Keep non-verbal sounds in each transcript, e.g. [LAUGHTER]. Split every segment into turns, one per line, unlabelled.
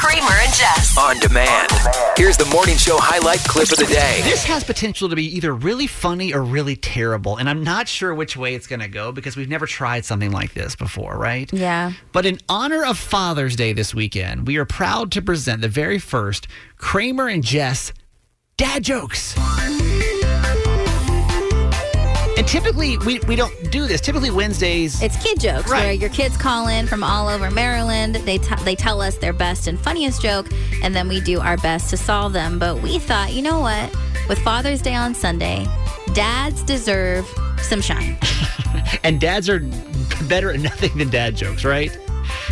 Kramer and Jess.
On demand. Here's the morning show highlight clip of the day.
This has potential to be either really funny or really terrible, and I'm not sure which way it's going to go because we've never tried something like this before, right?
Yeah.
But in honor of Father's Day this weekend, we are proud to present the very first Kramer and Jess dad jokes. And typically, we, we don't do this. Typically, Wednesdays.
It's kid jokes
Right.
where your kids call in from all over Maryland. They t- they tell us their best and funniest joke, and then we do our best to solve them. But we thought, you know what? With Father's Day on Sunday, dads deserve some shine. [LAUGHS]
and dads are better at [LAUGHS] nothing than dad jokes, right?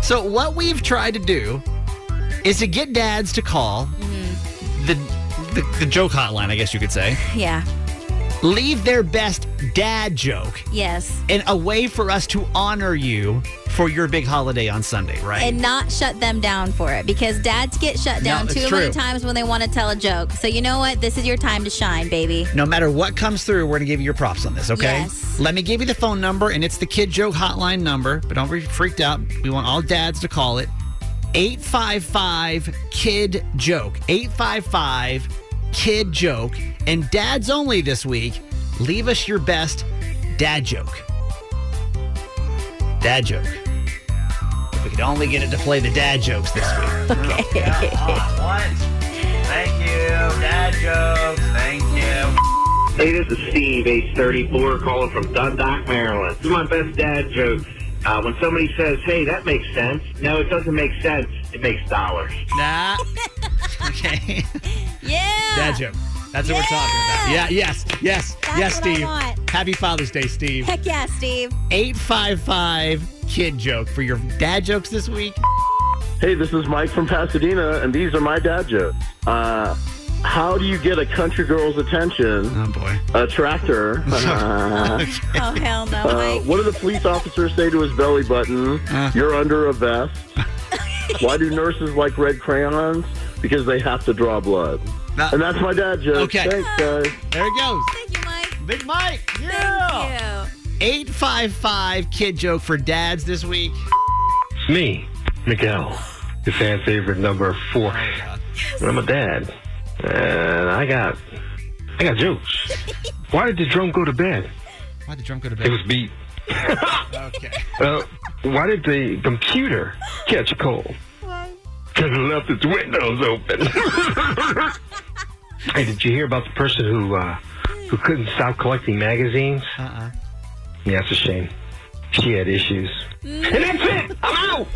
So what we've tried to do is to get dads to call the, the the joke hotline, I guess you could say,
yeah.
leave their best dad joke
Yes.
in a way for us to honor you for your big holiday on Sunday, right?
And not shut them down for it because dads get shut
No,
down
it's
too many
true.
times when they want to tell a joke. So you know what? This is your time to shine, baby.
no matter what comes through, we're going to give you your props on this, okay?
Yes.
Let me give you the phone number, and it's the Kid Joke Hotline number, but don't be freaked out. We want all dads to call it 855 Kid Joke. 855 Kid Joke. And dads only this week, leave us your best dad joke. Dad joke. If we could only get it to play the dad jokes this week. okay. Thank you. Dad jokes. Thank you.
Hey, this is Steve, age 34, calling from Dundalk, Maryland. This is my best dad joke. Uh, when somebody says, hey, that makes sense. No, it doesn't make sense. It makes dollars.
Nah. okay.
Yeah.
Dad joke. That's what we're talking about. Yeah, yes, yes,
That's
yes,
what I
Steve.
want.
Happy Father's Day, Steve.
Heck yeah, Steve.
855 kid joke for your dad jokes this week.
Hey, this is Mike from Pasadena, and these are my dad jokes. Uh, how do you get a country girl's attention?
Oh boy.
A tractor. Uh,
Oh
[LAUGHS]
hell no,
uh,
Mike.
what do the police officers say to his belly button? You're under a vest. Why do nurses like red crayons? Because they have to draw blood.
Uh,
And that's my dad joke.
Okay.
Thanks, guys.
There it goes.
Thank you, Mike.
Big Mike.
Thank
Yeah.
you.
855 kid joke for dads this week.
It's me, Miguel, your fan favorite number four. I'm a dad, and I got, I got jokes. Why did the drum go to bed?
Why'd the drum go to
It
bed?
was beat.
Okay.
Uh, why did the computer catch a cold? Because it left its windows open. hey, did you hear about the person who uh, who couldn't stop collecting magazines?
Uh-uh.
Yeah, it's a shame. She had issues. And that's it. I'm out.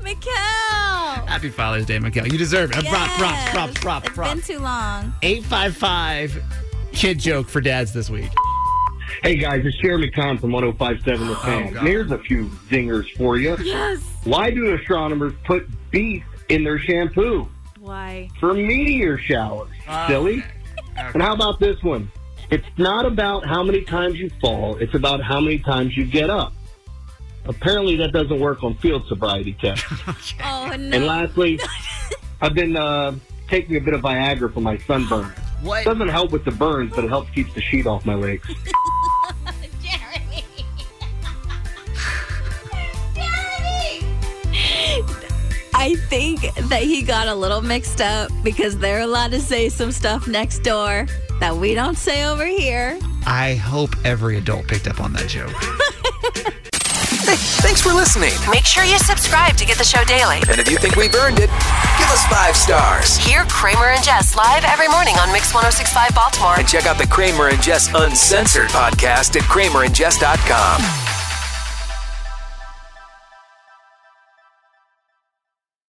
Mikkel.
Happy Father's Day, Miguel. You deserve it. Props, props, props, props,
It's been
props.
too long.
855 kid joke for dads this week.
Hey guys, it's Jeremy Kahn from 1057 The Fan.
God.
Here's a few zingers for you.
Yes.
Why do astronomers put beef in their shampoo?
Why?
for meteor showers. Silly. And how about this one? It's not about how many times you fall, it's about how many times you get up. Apparently, that doesn't work on field sobriety tests.
Oh
and
no. [LAUGHS]
lastly, I've been uh, taking a bit of Viagra for my sunburn.
What?
Doesn't help with the burns, but it helps keep the sheet off my legs.
Jeremy. Jeremy. [LAUGHS] I think that he got a little mixed up because they're allowed to say some stuff next door that we don't say over here.
I hope every adult picked up on that joke.
[LAUGHS] Hey, thanks for listening.
Make sure you subscribe to get the show daily.
And if you think we've earned it, give us five stars.
Hear Kramer and Jess live every morning on Mix 1065 Baltimore.
And check out the Kramer and Jess Uncensored podcast at kramerandjess.com.